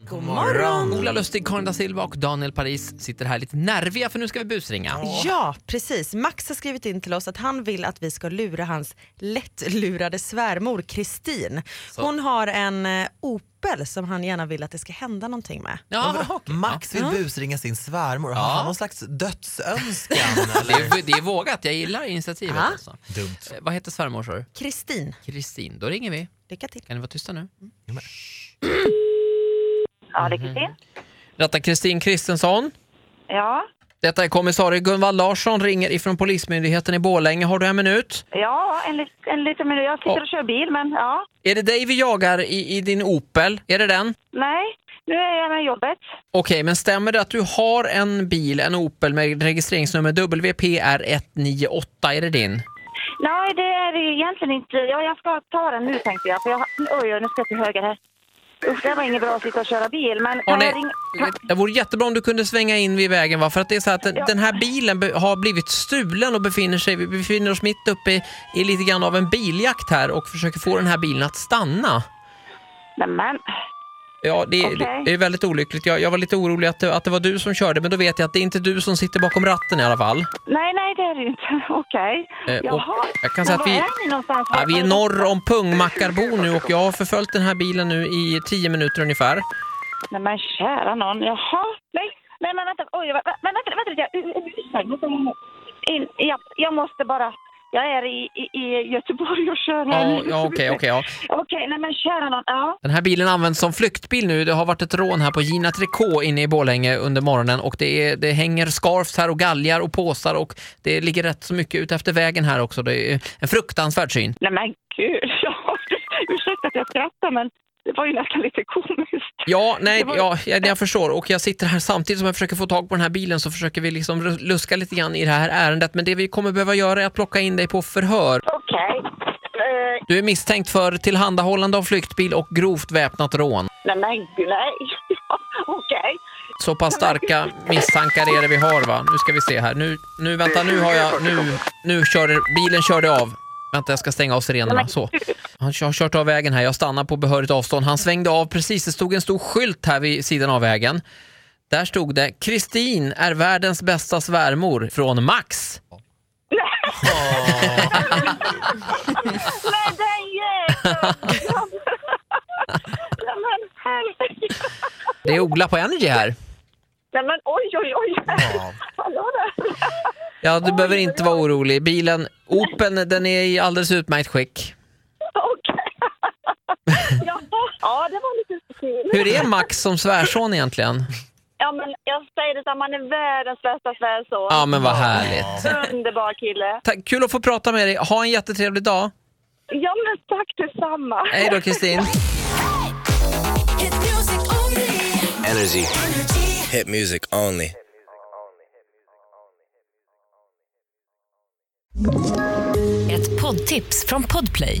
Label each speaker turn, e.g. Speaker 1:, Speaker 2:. Speaker 1: God morgon! Ola Lustig, Karin da Silva och Daniel Paris sitter här lite nerviga för nu ska vi busringa.
Speaker 2: Ja, precis. Max har skrivit in till oss att han vill att vi ska lura hans lättlurade svärmor Kristin. Hon har en eh, Opel som han gärna vill att det ska hända någonting med.
Speaker 1: Ja,
Speaker 3: Max vill busringa sin svärmor. Har han någon slags dödsönskan?
Speaker 1: det, är, det är vågat, jag gillar initiativet.
Speaker 2: Ja.
Speaker 1: Alltså.
Speaker 3: Dumt.
Speaker 1: Eh, Vad heter svärmor sa du?
Speaker 2: Kristin,
Speaker 1: Kristin. Då ringer vi.
Speaker 2: lycka till.
Speaker 1: Kan ni vara tysta nu?
Speaker 4: Ja, det
Speaker 1: Mhm.
Speaker 4: är Kristin.
Speaker 1: Detta är Kristin Kristensson.
Speaker 4: Ja.
Speaker 1: Detta är kommissarie Gunvald Larsson, ringer ifrån Polismyndigheten i Borlänge. Har du en minut?
Speaker 4: Ja, en, lit- en liten minut. Jag sitter och kör bil, men ja.
Speaker 1: Är det dig vi jagar i, i din Opel? Är det den?
Speaker 4: Nej, nu är jag med jobbet.
Speaker 1: Okej, men stämmer det att du har en bil, en Opel med registreringsnummer WPR198? Är det din?
Speaker 4: Nej, det är det egentligen inte. Ja, jag ska ta den nu tänkte jag. För jag har- oj, oj, nu ska jag till höger här. Usch, det var inget bra att sitta och köra bil. Men
Speaker 1: Åh,
Speaker 4: kan
Speaker 1: nej.
Speaker 4: jag ringa?
Speaker 1: Det vore jättebra om du kunde svänga in vid vägen va? för att det är så här att den- den här bilen be- har blivit stulen och befinner sig, vi befinner oss mitt uppe i, i lite grann av en biljakt här och försöker få den här bilen att stanna.
Speaker 4: Nej, men.
Speaker 1: Ja, det, är-
Speaker 4: Okej.
Speaker 1: det är väldigt olyckligt. Jag, jag var lite orolig att det, att det var du som körde men då vet jag att det är inte du som sitter bakom ratten i alla fall.
Speaker 4: Nej, nej, det är det inte. Okej.
Speaker 1: Eh, och
Speaker 4: Jaha.
Speaker 1: jag kan säga
Speaker 4: Men
Speaker 1: att vi-
Speaker 4: Var är ni någonstans?
Speaker 1: Ja, vi är norr om Pungmackarbo nu och jag har förföljt den här bilen nu i tio minuter ungefär.
Speaker 4: Nej, men kära någon. Jaha. Nej, nej men vänta. Oj, va- va- men vänta, vänta, vänta. Jag, in, ja, jag måste bara... Jag är i, i, i Göteborg och kör
Speaker 1: Ja,
Speaker 4: nu.
Speaker 1: ja, okej, okej, ja.
Speaker 4: Okej, nej men kära någon. Ja.
Speaker 1: Den här bilen används som flyktbil nu. Det har varit ett rån här på Gina Tricot inne i Borlänge under morgonen och det, är, det hänger scarfs här och galgar och påsar och det ligger rätt så mycket ut efter vägen här också. Det är en fruktansvärd syn.
Speaker 4: Nej men gud. Ja, ursäkta att jag skrattar, men det var ju nästan lite komiskt.
Speaker 1: Ja, nej,
Speaker 4: Det var-
Speaker 1: ja, jag, jag förstår och jag sitter här samtidigt som jag försöker få tag på den här bilen så försöker vi liksom ru- luska lite grann i det här ärendet men det vi kommer behöva göra är att plocka in dig på förhör.
Speaker 4: Okej. Eh,
Speaker 1: Du är misstänkt för tillhandahållande av flyktbil och grovt väpnat rån.
Speaker 4: nej men gud, nej. Ja, Okej.
Speaker 1: Så pass starka misstankar är det vi har va? Nu ska vi se här. Nu, nu vänta, nu har jag... Nu, nu kör bilen körde av. Vänta, jag ska stänga av sirenerna. Så. Han har kört av vägen här. Jag stannar på behörigt avstånd. Han svängde av precis. Det stod en stor skylt här vid sidan av vägen. Där stod det “Kristin är världens bästa svärmor” från Max.
Speaker 4: Men den jäkeln! Ja, men- Nej men herregud.
Speaker 1: Det är Ola på Energy här.
Speaker 4: Nej men oj, oj, oj. Hallå där.
Speaker 1: Ja, du behöver inte vara orolig. Bilen, Open, den är i alldeles utmärkt skick.
Speaker 4: Okej. Jaha. Ja, det var lite kul.
Speaker 1: Hur är Max som svärson egentligen?
Speaker 4: Ja, men jag säger det så här, man är världens bästa svärson.
Speaker 1: Ja, men vad härligt.
Speaker 4: Underbar kille.
Speaker 1: Tack, kul att få prata med dig. Ha en jättetrevlig dag.
Speaker 4: Ja, men tack detsamma.
Speaker 1: Hej då Kristin.
Speaker 5: Hit music only.
Speaker 6: Energy.
Speaker 5: Energy.
Speaker 6: Hit music only.
Speaker 7: Ett poddtips från Podplay.